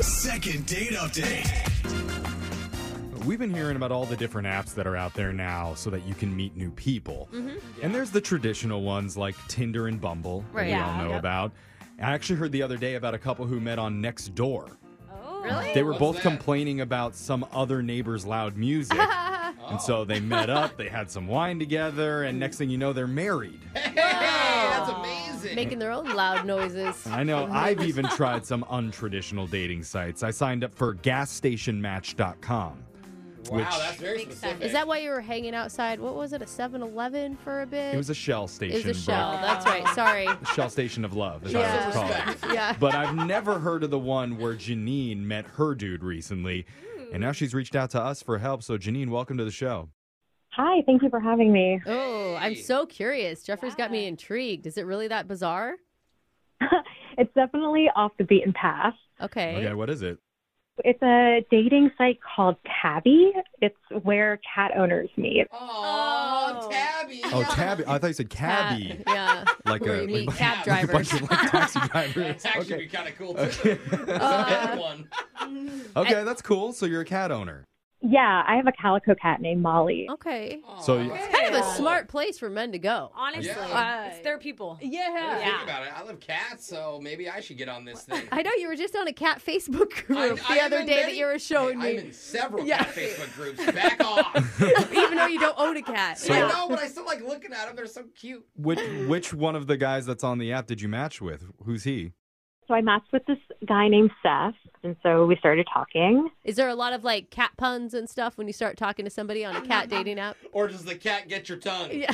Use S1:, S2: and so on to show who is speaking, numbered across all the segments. S1: Second date update.
S2: We've been hearing about all the different apps that are out there now so that you can meet new people.
S3: Mm-hmm.
S2: And there's the traditional ones like Tinder and Bumble that
S3: Right.
S2: we
S3: Yeah.
S2: all know
S3: Yep.
S2: about. I actually heard the other day about a couple who met on Nextdoor.
S3: Oh. Really?
S2: They were
S4: What's
S2: both
S4: that?
S2: complaining about some other neighbor's loud music. And so they met up, they had some wine together, and next thing you know, they're married.
S4: that's amazing.
S3: Making their own loud noises.
S2: I know I've even tried some untraditional dating sites. I signed up for gasstationmatch.com.
S4: wow,
S2: which-
S4: that's very
S5: Makes
S4: specific.
S5: sense.
S3: Is that why you were hanging outside? What was it? A 7-Eleven for a bit?
S2: It was a shell station.
S3: It was a
S2: but-
S3: shell. That's right. Sorry.
S2: Shell Station of Love, as
S3: Yeah.
S2: I was called.
S3: Yeah.
S2: But I've never heard of the one where Janine met her dude recently. And now she's reached out to us for help. So, Janine, welcome to the show.
S6: Hi, thank you for having me.
S3: Oh, I'm so curious. Jeffrey's got me intrigued. Is it really that bizarre?
S6: It's definitely off the beaten path.
S3: Okay.
S2: Okay, what is it?
S6: It's a dating site called Tabby. It's where cat owners meet.
S4: Oh, Tabby.
S2: Oh, tabby. I thought you said cabby.
S3: Cab- Yeah.
S2: Like
S3: Where
S2: a
S3: you meet
S2: like-
S3: cab
S2: like a
S3: drivers.
S2: bunch of, like, taxi drivers.
S4: That's actually
S2: Okay.
S4: kind of cool. Too.
S3: Uh,
S4: Another one.
S2: okay, that's cool. So, you're a cat owner.
S6: Yeah, I have a calico cat named Molly.
S3: Okay.
S2: So
S4: Aw.
S2: you- It's
S3: Kind of a smart place for men to go.
S5: Honestly,
S4: Yeah.
S5: it's their people.
S3: Uh, Yeah.
S4: Think
S5: Yeah.
S4: about it. I love cats, so maybe I should get on this thing.
S3: I know you were just on a cat Facebook
S4: I-
S3: group
S4: I
S3: the
S4: am
S3: other
S4: in
S3: day that
S4: many-
S3: you were showing
S4: Hey,
S3: me,
S4: I'm in several
S3: Yeah.
S4: cat Facebook groups. Back off.
S3: even though you don't own a cat.
S2: So-
S4: I
S3: yeah.
S4: know, but I still like looking at them. They're so cute.
S2: Which which one of the guys that's on the app did you match with? Who's he?
S6: So I matched with this guy named Seth, and so we started talking.
S3: Is there a lot of like cat puns and stuff when you start talking to somebody on a cat dating app?
S4: Or does the cat get your tongue?
S3: Yeah.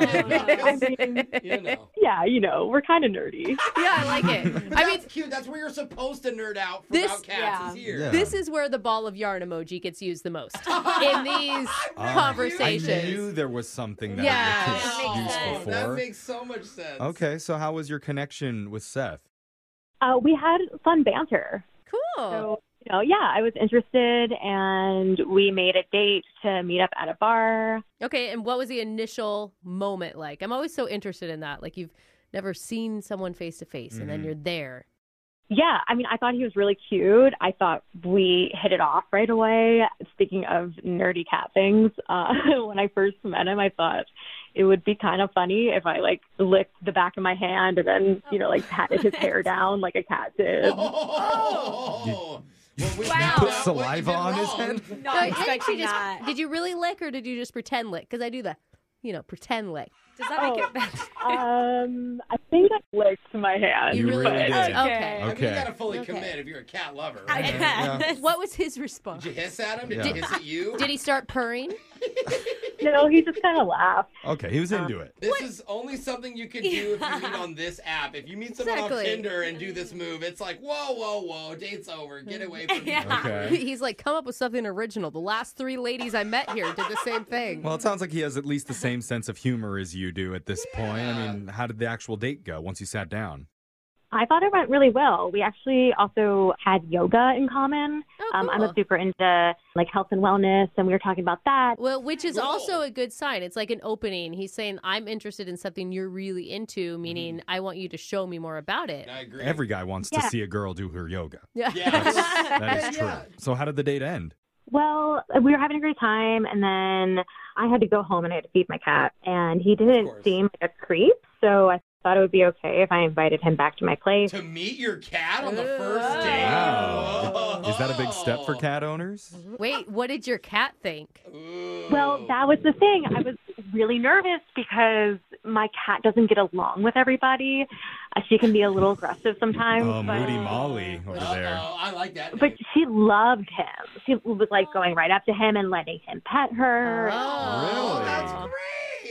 S6: I mean,
S4: You know.
S6: yeah, you know, we're kind of nerdy.
S3: Yeah, I like it.
S4: But
S3: I
S4: that's
S3: mean,
S4: cute. That's where you're supposed to nerd out for
S3: This-
S4: about cats
S5: yeah.
S4: is here.
S2: Yeah.
S3: this is where the ball of yarn emoji gets used the most in these conversations.
S2: I knew there was something that
S3: Yeah,
S2: I
S5: that
S2: could
S5: makes
S2: use
S5: sense.
S2: before.
S4: That makes so much sense.
S2: okay, so how was your connection with Seth?
S6: Uh, we had fun banter.
S3: Cool.
S6: So, you know, yeah, I was interested, and we made a date to meet up at a bar.
S3: Okay, and what was the initial moment like? I'm always so interested in that. Like you've never seen someone face to face and then
S2: Mhm.
S3: you're there.
S6: Yeah, I mean, I thought he was really cute. I thought we hit it off right away. Speaking of nerdy cat things, uh, when I first met him, I thought it would be kind of funny if I like licked the back of my hand and then, you know, like patted his hair down like a cat did.
S4: Oh. Well, we
S2: Put
S4: found
S5: Wow.
S4: out what you
S2: saliva
S4: did
S2: on his
S4: wrong.
S2: head?
S5: Not
S3: Like, hey,
S5: expecting
S3: she just-
S5: that.
S3: Did you really lick or did you just pretend lick? Because I do the, you know, pretend lick.
S5: Does that make
S6: Oh.
S5: it better?
S6: um, I think I licked my hand.
S2: You really
S6: but-
S2: did.
S3: Okay.
S5: Okay.
S4: I mean, you
S2: Okay.
S4: gotta fully
S3: Okay.
S4: commit if you're a cat lover.
S5: I
S4: Right?
S2: Yeah.
S5: guess.
S3: What was his response?
S4: Did you hiss at him? Did
S2: Yeah.
S4: he hiss at you?
S3: Did he start purring?
S6: No, he just kind of laughed.
S2: Okay, he was into it.
S4: This is only something you can do if you meet on this app. If you meet someone
S3: Exactly.
S4: on Tinder and do this move, it's like, whoa, whoa, whoa, date's over. Get away from me.
S5: Yeah.
S2: Okay.
S3: He's like, come up with something original. The last three ladies I met here did the same thing.
S2: Well, it sounds like he has at least the same sense of humor as you do at this point. I mean, how did the actual date go once you sat down?
S6: I thought it went really well. We actually also had yoga in common.
S3: Oh,
S6: um, I'm
S3: cool.
S6: a super into like health and wellness, and we were talking about that.
S3: Well, which is
S4: Cool.
S3: also a good sign. It's like an opening. He's saying, I'm interested in something you're really
S4: Mm-hmm.
S3: into, meaning I want you to show me more about it.
S4: I agree.
S2: Every guy wants to
S6: Yeah.
S2: see a girl do her yoga.
S3: Yeah.
S4: yeah.
S2: That is true.
S4: Yeah.
S2: So, how did the date end?
S6: Well, we were having a great time, and then I had to go home and I had to feed my cat, and he didn't
S4: course.
S6: seem like a creep, so I thought it would be okay if I invited him back to my place.
S4: to meet your cat on the first date.
S2: Wow.
S4: Whoa.
S2: Is that a big step for cat owners?
S3: Wait, what did your cat think?
S4: Ooh.
S6: Well, that was the thing. I was really nervous because my cat doesn't get along with everybody. Uh, she can be a little aggressive sometimes.
S2: Oh,
S6: but...
S2: Moody Molly over there.
S4: Uh-oh, I like that.
S6: But
S4: name.
S6: she loved him. She was like going right up to him and letting him pet her.
S4: oh,
S2: Really?
S4: that's great.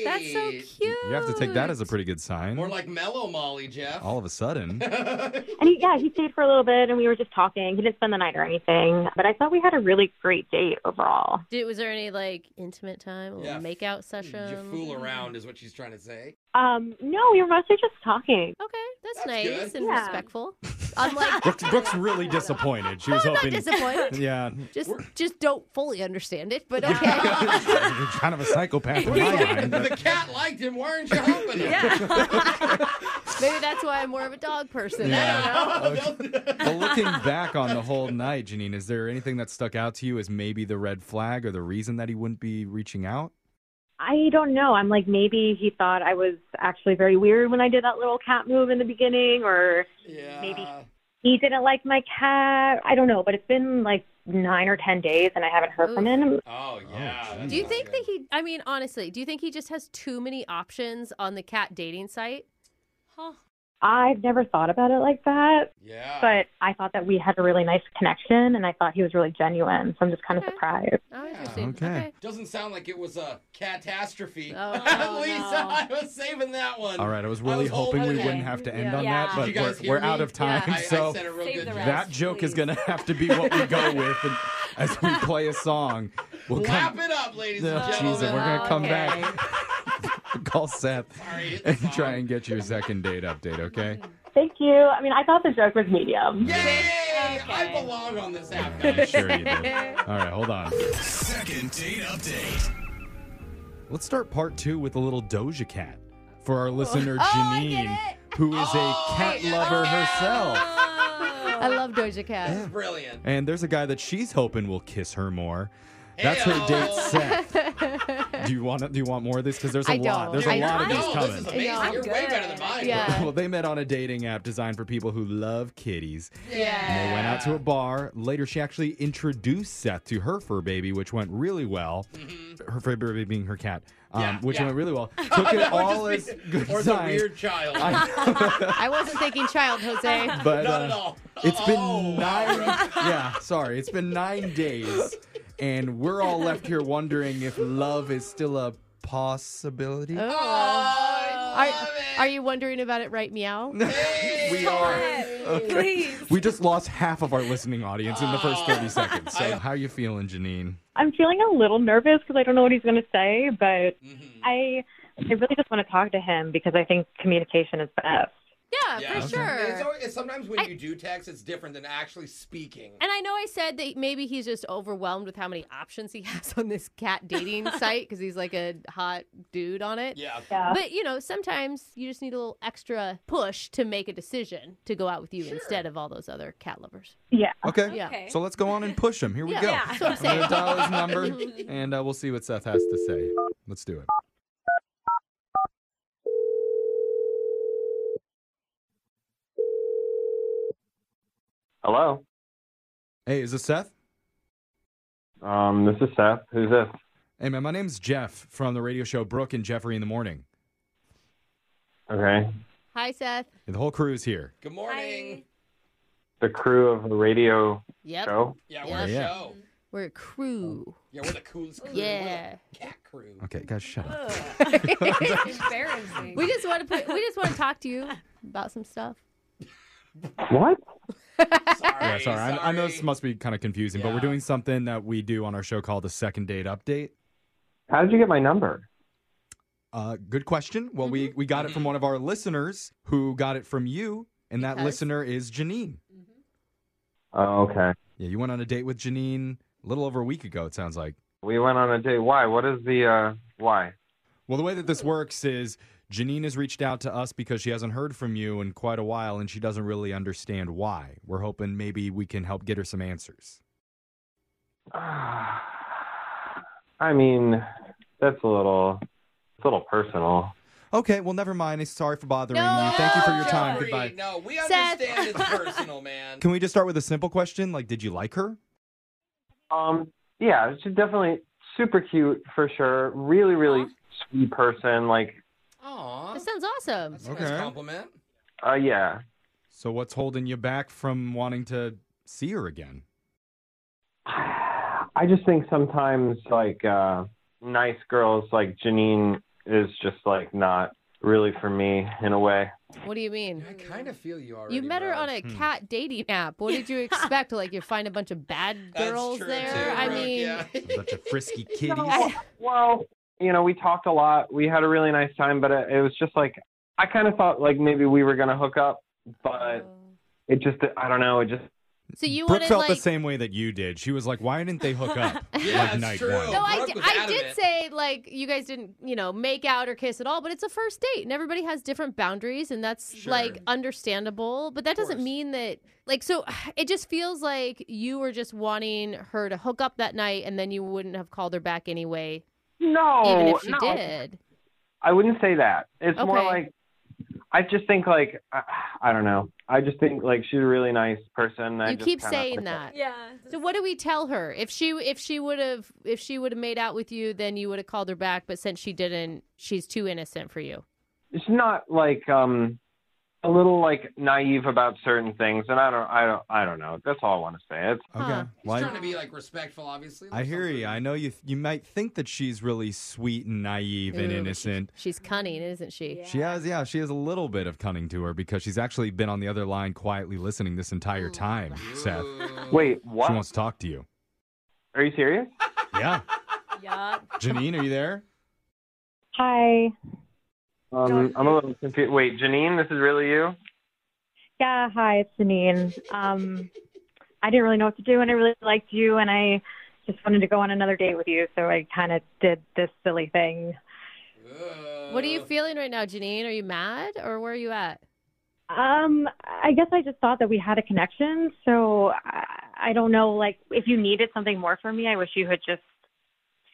S3: That's so cute.
S2: You have to take that as a pretty good sign.
S4: More like Mellow Molly, Jeff.
S2: All of a sudden.
S6: And he, yeah, he stayed for a little bit and we were just talking. He didn't spend the night or anything, but I thought we had a really great date overall.
S3: Did, was there any like intimate time, a little
S4: Yeah.
S3: makeout
S4: Did
S3: session?
S4: you fool around is what she's trying to say.
S6: Um, no, we were mostly just talking.
S3: Okay, that's,
S4: That's
S3: nice
S4: good.
S3: and
S6: Yeah.
S3: respectful. Unlike,
S2: Brooks, Brooks really disappointed. She was
S3: I'm not
S2: hoping.
S3: disappointed.
S2: Yeah.
S3: Just, just don't fully understand it, but okay.
S2: You're kind of a psychopath in my mind. but
S4: the cat liked him. Why aren't you helping him?
S3: Yeah. Maybe that's why I'm more of a dog person. I don't know.
S2: well, looking back on the whole night, Janine, is there anything that stuck out to you as maybe the red flag or the reason that he wouldn't be reaching out?
S6: I don't know. I'm like maybe he thought I was actually very weird when I did that little cat move in the beginning, or
S4: yeah.
S6: Maybe. he didn't like my cat. I don't know, but it's been like nine or ten days, and I haven't heard from him.
S4: Oh yeah.
S2: Oh,
S4: that's
S3: Do you
S4: not
S3: think
S4: good.
S3: that he? I mean, honestly, do you think he just has too many options on the cat dating site? Huh.
S6: I've never thought about it like that,
S4: Yeah.
S6: but I thought that we had a really nice connection, and I thought he was really genuine. So I'm just kind of
S3: Okay.
S6: surprised.
S3: Oh,
S4: Yeah.
S3: interesting.
S2: Okay.
S4: Doesn't sound like it was a catastrophe.
S3: Oh,
S4: At
S3: no,
S4: least
S3: no.
S4: I was saving that one.
S2: All right, I was really
S4: was
S2: hoping we
S4: hoping-
S2: wouldn't have to end
S5: Yeah.
S2: on that,
S5: Yeah.
S2: but
S4: Did you guys
S2: we're, we're
S4: hear
S2: out
S4: me?
S2: of time.
S4: I, I
S2: so
S4: said a real
S5: Save
S4: good
S5: the
S4: joke.
S5: rest.
S2: that joke is
S5: please.
S2: going to have to be what we go with. And as we play a song, we'll
S4: Wrap
S2: come.
S4: it up, ladies
S2: Oh,
S4: and
S2: Jesus,
S4: gentlemen.
S2: we're going to come
S3: Okay.
S2: back. Call Seth
S4: Sorry, hit the
S2: and
S4: song.
S2: try and get your second date update, okay?
S6: Thank you. I mean, I thought the joke was medium.
S4: Yay! I belong on this app,
S2: I'm
S4: guys.
S2: sure you did. All right, hold on.
S1: Second date update.
S2: Let's start part two with a little Doja Cat for our listener
S5: I get
S2: Janine, who is
S4: Oh,
S2: a cat
S4: yeah.
S2: lover
S4: Oh, yeah.
S2: herself.
S3: I love Doja Cat.
S4: Brilliant.
S2: And there's a guy that she's hoping will kiss her more. That's her
S4: Heyo.
S2: date Seth. do you want to, do you want more of this? Because there's a
S3: I
S2: lot.
S3: don't.
S2: There's
S3: I
S2: a lot of
S3: don't.
S2: these
S4: no, this
S2: coming.
S4: is amazing.
S3: Yeah.
S4: You're way better than mine.
S3: Yeah.
S2: well, they met on a dating app designed for people who love kitties.
S4: Yeah.
S2: They went out to a bar. Later, she actually introduced Seth to her fur baby, which went really well. Her fur baby being her cat, um,
S4: Mm-hmm. Yeah,
S2: which
S4: yeah.
S2: went really well. Took it all as good
S4: or the
S2: signs.
S4: weird child.
S3: I wasn't thinking child, Jose.
S2: but
S4: Not
S2: uh,
S4: at all.
S2: It's
S4: Oh,
S2: been
S4: wow.
S2: nine. yeah, sorry. It's been nine days, and we're all left here wondering if love is still a possibility.
S4: Oh,
S3: Are,
S4: I
S3: are
S4: love it.
S3: you wondering about it right meow?
S2: we are.
S5: Please.
S2: We just lost half of our listening audience in the
S4: Oh.
S2: first 30 seconds. So, how you feeling, Janine?
S6: I'm feeling a little nervous because I don't know what he's going to say, but
S4: Mhm.
S6: I I really just want to talk to him because I think communication is best.
S3: Yeah,
S4: Yeah.
S3: for
S4: Okay.
S3: sure.
S4: It's always, it's sometimes when you do text, it's different than actually speaking.
S3: And I know I said that maybe he's just overwhelmed with how many options he has on this cat dating site because he's like a hot dude on it.
S4: Yeah.
S6: Yeah.
S3: But you know, sometimes you just need a little extra push to make a decision to go out with you instead of all those other cat lovers.
S6: Yeah.
S2: Okay.
S3: Yeah.
S5: Okay.
S2: So, let's go on and push him. Here we
S3: Yeah,
S2: go.
S5: that's
S2: I'm
S5: what I'm
S2: going to
S3: saying.
S2: dial his number, and uh, we'll see what Seth has to say. Let's do it.
S7: Hello.
S2: Hey, is this Seth?
S7: Um, this is Seth. Who's this?
S2: Hey, man, my name's Jeff from the radio show Brooke and Jeffrey in the Morning.
S7: Okay.
S3: Hi, Seth.
S2: The whole crew is here.
S4: Good morning.
S7: The crew of a radio
S3: Yep.
S7: show.
S4: Yeah, we're a
S2: Yeah.
S4: show.
S3: We're a crew.
S4: Yeah, we're the coolest crew. We're the
S3: Yeah.
S4: cat crew.
S2: Okay, guys, shut up.
S5: Embarrassing.
S3: We just want to put, we just want to talk to you about some stuff.
S7: What?
S4: Sorry.
S2: Yeah, sorry. I, I know this
S4: sorry.
S2: must be kind of confusing, but
S4: Yeah.
S2: we're doing something that we do on our show called the Second Date Update.
S7: How did you get my number?
S2: Uh, good question. Well, we,
S4: Mm-hmm.
S2: we got it from one of our listeners who got it from you, and that
S3: Because?
S2: listener is Janine.
S7: Oh, okay.
S2: Yeah, you went on a date with Janine a little over a week ago, it sounds like.
S7: We went on a date. Why? What is the uh, why?
S2: Well, the way that this works is Janine has reached out to us because she hasn't heard from you in quite a while, and she doesn't really understand why. We're hoping maybe we can help get her some answers.
S7: I mean, that's a little, it's a little personal.
S2: Okay, well, never mind. Sorry for bothering
S3: No,
S2: you. Thank you for your
S4: Sorry.
S2: time. Goodbye.
S4: Oh, No, we
S3: Seth.
S4: understand it's personal, man.
S2: Can we just start with a simple question? Like, did you like her?
S7: Um, yeah, she's definitely super cute for sure. Really, really sweet person. Like,
S4: Aw.
S3: That sounds awesome.
S4: That's a nice
S2: Okay.
S4: compliment.
S7: uh, yeah.
S2: So, what's holding you back from wanting to see her again?
S7: I just think sometimes like uh nice girls like Janine is just like not really for me in a way.
S3: What do you mean?
S4: I kind of feel you already.
S3: Mm. You met her
S4: bro.
S3: on a
S2: Hmm.
S3: cat dating app. What did you expect? like you find a bunch of bad
S4: That's
S3: girls
S4: true,
S3: there?
S4: Too,
S3: I
S4: Brooke,
S3: mean,
S4: yeah.
S2: A bunch of frisky kitties.
S7: Well, you know, we talked a lot. We had a really nice time, but uh, it, it was just like
S3: Oh.
S7: I kind of thought like maybe we were going to hook up, but it just I don't know, it just
S3: So you
S2: Brooke
S3: wanted
S2: felt
S3: like
S2: the same way that you did. She was like, "Why didn't they hook up?"
S4: Yeah,
S2: like
S4: it's
S2: night
S4: true.
S2: one.
S3: No, I,
S4: Oh, Brooke
S3: d-
S4: was
S3: I
S4: out of
S3: did
S4: it.
S3: say like you guys didn't, you know, make out or kiss at all, but it's a first date and everybody has different boundaries and that's
S4: Sure.
S3: like understandable, but that doesn't
S4: course.
S3: mean that like so it just feels like you were just wanting her to hook up that night and then you wouldn't have called her back anyway
S7: No,
S3: even if she
S7: Oh, no.
S3: did.
S7: I wouldn't say that. It's more
S3: Okay.
S7: like I just think like I, I don't know. I just think like she's a really nice person. I
S3: you
S7: just
S3: keep
S7: kinda-
S3: saying that.
S5: Yeah.
S3: So what do we tell her? If she if she would have if she would have made out with you, then you would have called her back, but since she didn't, she's too innocent for you.
S7: It's not like um a little like naive about certain things, and I don't, I don't, I don't know. That's all I want to say. It's
S2: Okay.
S3: Huh.
S2: Well, I-
S4: trying to be like respectful, obviously.
S2: I hear you. I know you. Th- you might think that she's really sweet and naive and
S3: Ooh,
S2: innocent.
S3: She's cunning, isn't she?
S2: She has, yeah, she has a little bit of cunning to her because she's actually been on the other line quietly listening this entire time. Seth,
S7: wait, what?
S2: she wants to talk to you.
S7: Are you serious?
S2: Yeah,
S5: Yeah.
S2: Janine, are you there?
S6: Hi.
S7: Um, I'm a little confused. Wait, Janine, this is really you?
S6: Yeah, hi, it's Janine. Um, I didn't really know what to do, and I really liked you, and I just wanted to go on another date with you, so I kind of did this silly thing.
S3: What are
S2: Uh,
S3: you feeling right now, Janine? Are you mad or where are you at?
S6: Um, I guess I just thought that we had a connection, so I, I don't know, like, if you needed something more from me, I wish you had just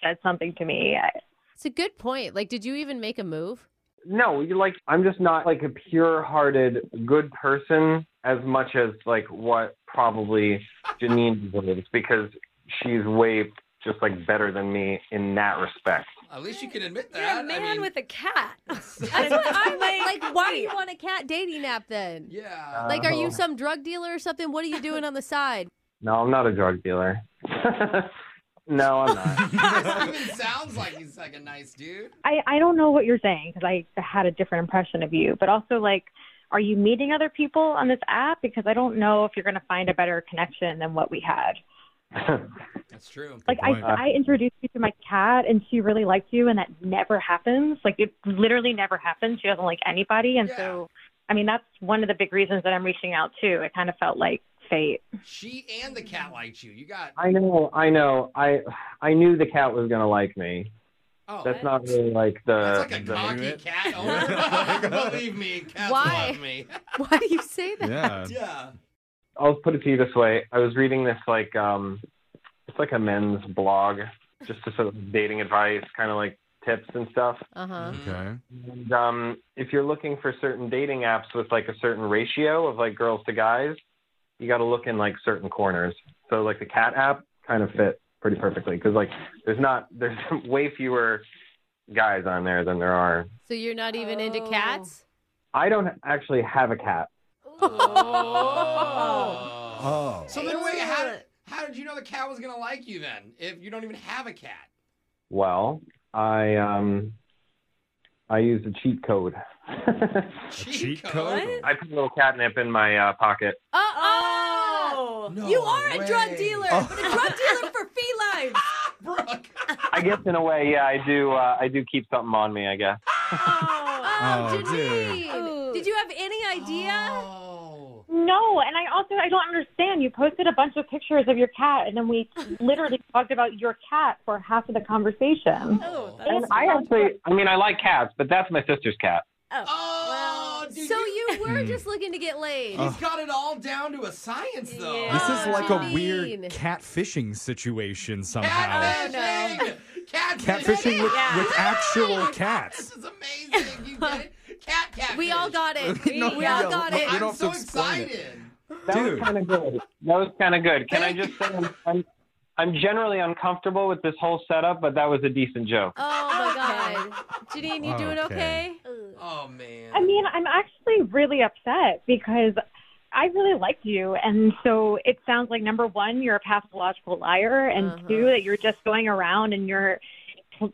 S6: said something to me. I,
S3: It's a good point. Like, did you even make a move?
S7: No, you like I'm just not like a pure-hearted good person as much as like what probably Janine was because she's way just like better than me in that respect.
S4: At least you can admit
S5: You're a
S4: that.
S5: man
S4: I mean,
S5: with a cat.
S3: That's what I'm like. Like, why do you want a cat dating app then?
S4: yeah.
S3: Like, are you
S7: Oh.
S3: some drug dealer or something? What are you doing on the side?
S7: No, I'm not a drug dealer. no, I'm not.
S4: This even sounds like he's like a nice dude.
S6: I, I don't know what you're saying because I had a different impression of you, but also like, are you meeting other people on this app? Because I don't know if you're going to find a better connection than what we had.
S4: That's true.
S6: Like
S2: point.
S6: I, I introduced you to my cat, and she really liked you, and that never happens. Like it literally never happens. She doesn't like anybody, and so I mean that's one of the big reasons that I'm reaching out too. It kind of felt like fate.
S4: She and the cat liked you. You got
S7: I know, I know. I I knew the cat was gonna like me.
S4: oh,
S7: That's uh, not really like the.
S4: that's like a
S7: the-
S4: cocky
S2: it.
S4: cat owner. Believe me, cats
S3: Why?
S4: love me.
S3: Why do you say that?
S2: Yeah.
S4: Yeah.
S7: I'll put it to you this way. I was reading this like um it's like a men's blog, just to sort of dating advice, kinda like tips and stuff.
S3: Uh
S2: Uh-huh.
S3: huh.
S4: Mhm.
S2: Okay.
S7: And um if you're looking for certain dating apps with like a certain ratio of like girls to guys, you gotta look in like certain corners. So like the cat app kind of fit pretty perfectly because like there's not there's way fewer guys on there than there are.
S3: So you're not even into
S5: Oh.
S3: cats?
S7: I don't actually have a cat.
S4: Oh.
S2: Oh.
S4: So then, wait, how, how did you know the cat was gonna like you then? If you don't even have a cat.
S7: Well, I um, I used a cheat code. I
S4: Cheat,
S2: cheat
S5: code?
S7: put a little catnip in my uh, pocket.
S3: Uh-uh.
S5: Oh.
S4: No
S5: you are a
S4: way.
S5: drug dealer,
S2: Oh,
S5: but a drug dealer for felines.
S4: Brooke.
S7: I guess in a way, yeah, I do. Uh, I do keep something on me. I guess.
S5: Oh.
S3: Oh,
S2: dude.
S3: Janine.
S5: Ooh.
S3: Did you have any idea?
S4: Oh.
S6: No, and I also I don't understand. You posted a bunch of pictures of your cat, and then we literally talked about your cat for half of the conversation.
S5: Oh, that's-
S7: And I actually, I mean, I like cats, but that's my sister's cat.
S4: Oh, dude,
S3: So
S4: you,
S3: you were
S2: Mm.
S3: just looking to get laid.
S2: Oh.
S4: he's got it all down to a science, though.
S5: Yeah.
S2: This is
S3: Oh,
S2: like a
S3: Janine.
S2: weird cat fishing situation
S3: Oh,
S2: somehow.
S4: catfishing. Catfishing.
S2: Oh, Catfishing with,
S5: Yeah.
S2: with actual
S4: This
S2: cats.
S4: is amazing. You get it? Cat catfish.
S3: We all got it. We,
S2: No,
S3: we all
S2: no,
S3: got
S2: no,
S3: it.
S2: we
S4: I'm
S2: don't have
S4: so
S2: to explain it.
S4: excited.
S7: That
S2: Dude.
S7: was kind of good. That was kind of good. Can I just say I'm, I'm, I'm generally uncomfortable with this whole setup, but that was a decent joke.
S3: Oh my god, Janine, you doing okay?
S2: Okay.
S4: Oh man.
S6: I mean, I'm actually really upset because I really liked you, and so it sounds like number one, you're a pathological liar, and
S3: Uh-huh.
S6: two, that you're just going around and you're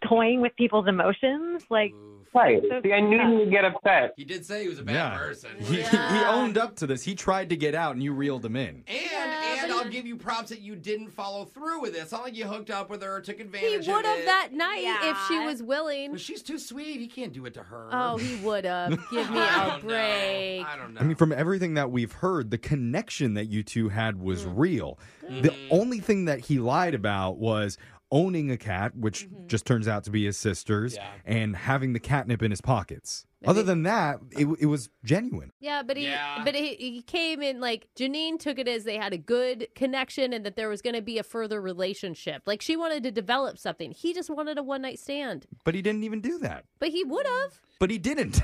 S6: toying with people's emotions. Like,
S4: Oof.
S7: Right.
S6: So-
S7: See, I knew you'd get upset.
S4: He did say he was a bad
S2: Yeah.
S4: person.
S2: He, he owned up to this. He tried to get out, and you reeled him in.
S4: And
S3: Yeah,
S4: and
S3: but-
S4: I'll give you props that you didn't follow through with it. It's not like you hooked up with her or took advantage
S3: He
S4: of
S3: would have
S4: it.
S3: that night if she
S5: Yeah.
S3: was willing.
S4: But she's too sweet. He can't do it to her.
S3: Oh, he would have. Give me
S4: I
S3: a
S4: don't know.
S3: break.
S4: I don't know.
S2: I mean, from everything that we've heard, the connection that you two had was real. The only thing that he lied about was owning a cat, which just turns out to be his sister's,
S4: Yeah.
S2: and having the catnip in his pockets. Other than that, it, it was genuine.
S3: Yeah, but he
S4: Yeah.
S3: but he, he came in like Janine took it as they had a good connection and that there was going to be a further relationship. Like she wanted to develop something. He just wanted a one night stand.
S2: But he didn't even do that.
S3: But he would have.
S2: But he didn't.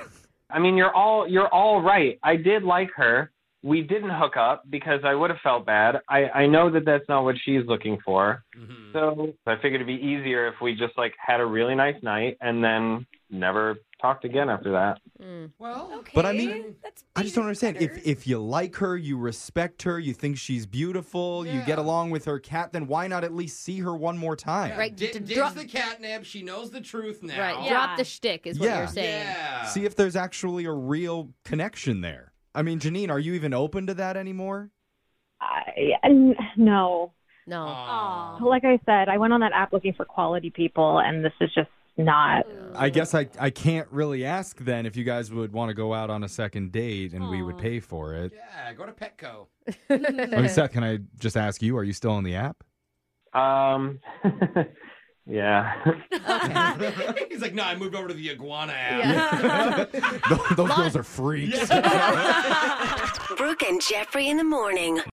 S7: I mean, you're all you're all right. I did like her. We didn't hook up because I would have felt bad. I I know that that's not what she's looking for.
S4: Mhm.
S7: So I figured it'd be easier if we just like had a really nice night and then never talked again after that.
S4: Well,
S5: Okay.
S2: But I mean,
S5: that's
S2: I just don't understand.
S5: better.
S2: If if you like her, you respect her, you think she's beautiful, you get
S4: Yeah.
S2: along with her cat, then why not at least see her one more time?
S3: Right,
S4: D-
S3: to
S4: digs
S3: drop-
S4: the catnip. She knows the truth now.
S3: Right.
S5: Yeah.
S3: Drop the shtick is what
S2: Yeah.
S3: you're saying.
S4: Yeah.
S2: See if there's actually a real connection there. I mean, Janine, are you even open to that anymore?
S6: I, n- no.
S3: No.
S4: Aw.
S6: Like I said, I went on that app looking for quality people, and this is just not.
S2: I guess I, I can't really ask then if you guys would want to go out on a second date and we would pay for it.
S4: Yeah, go to Petco.
S2: I mean, Seth, can I just ask you, are you still on the app?
S7: Um, yeah.
S4: He's like, no, I moved over to the iguana app.
S2: Those girls are freaks.
S8: Brooke and Jeffrey in the morning.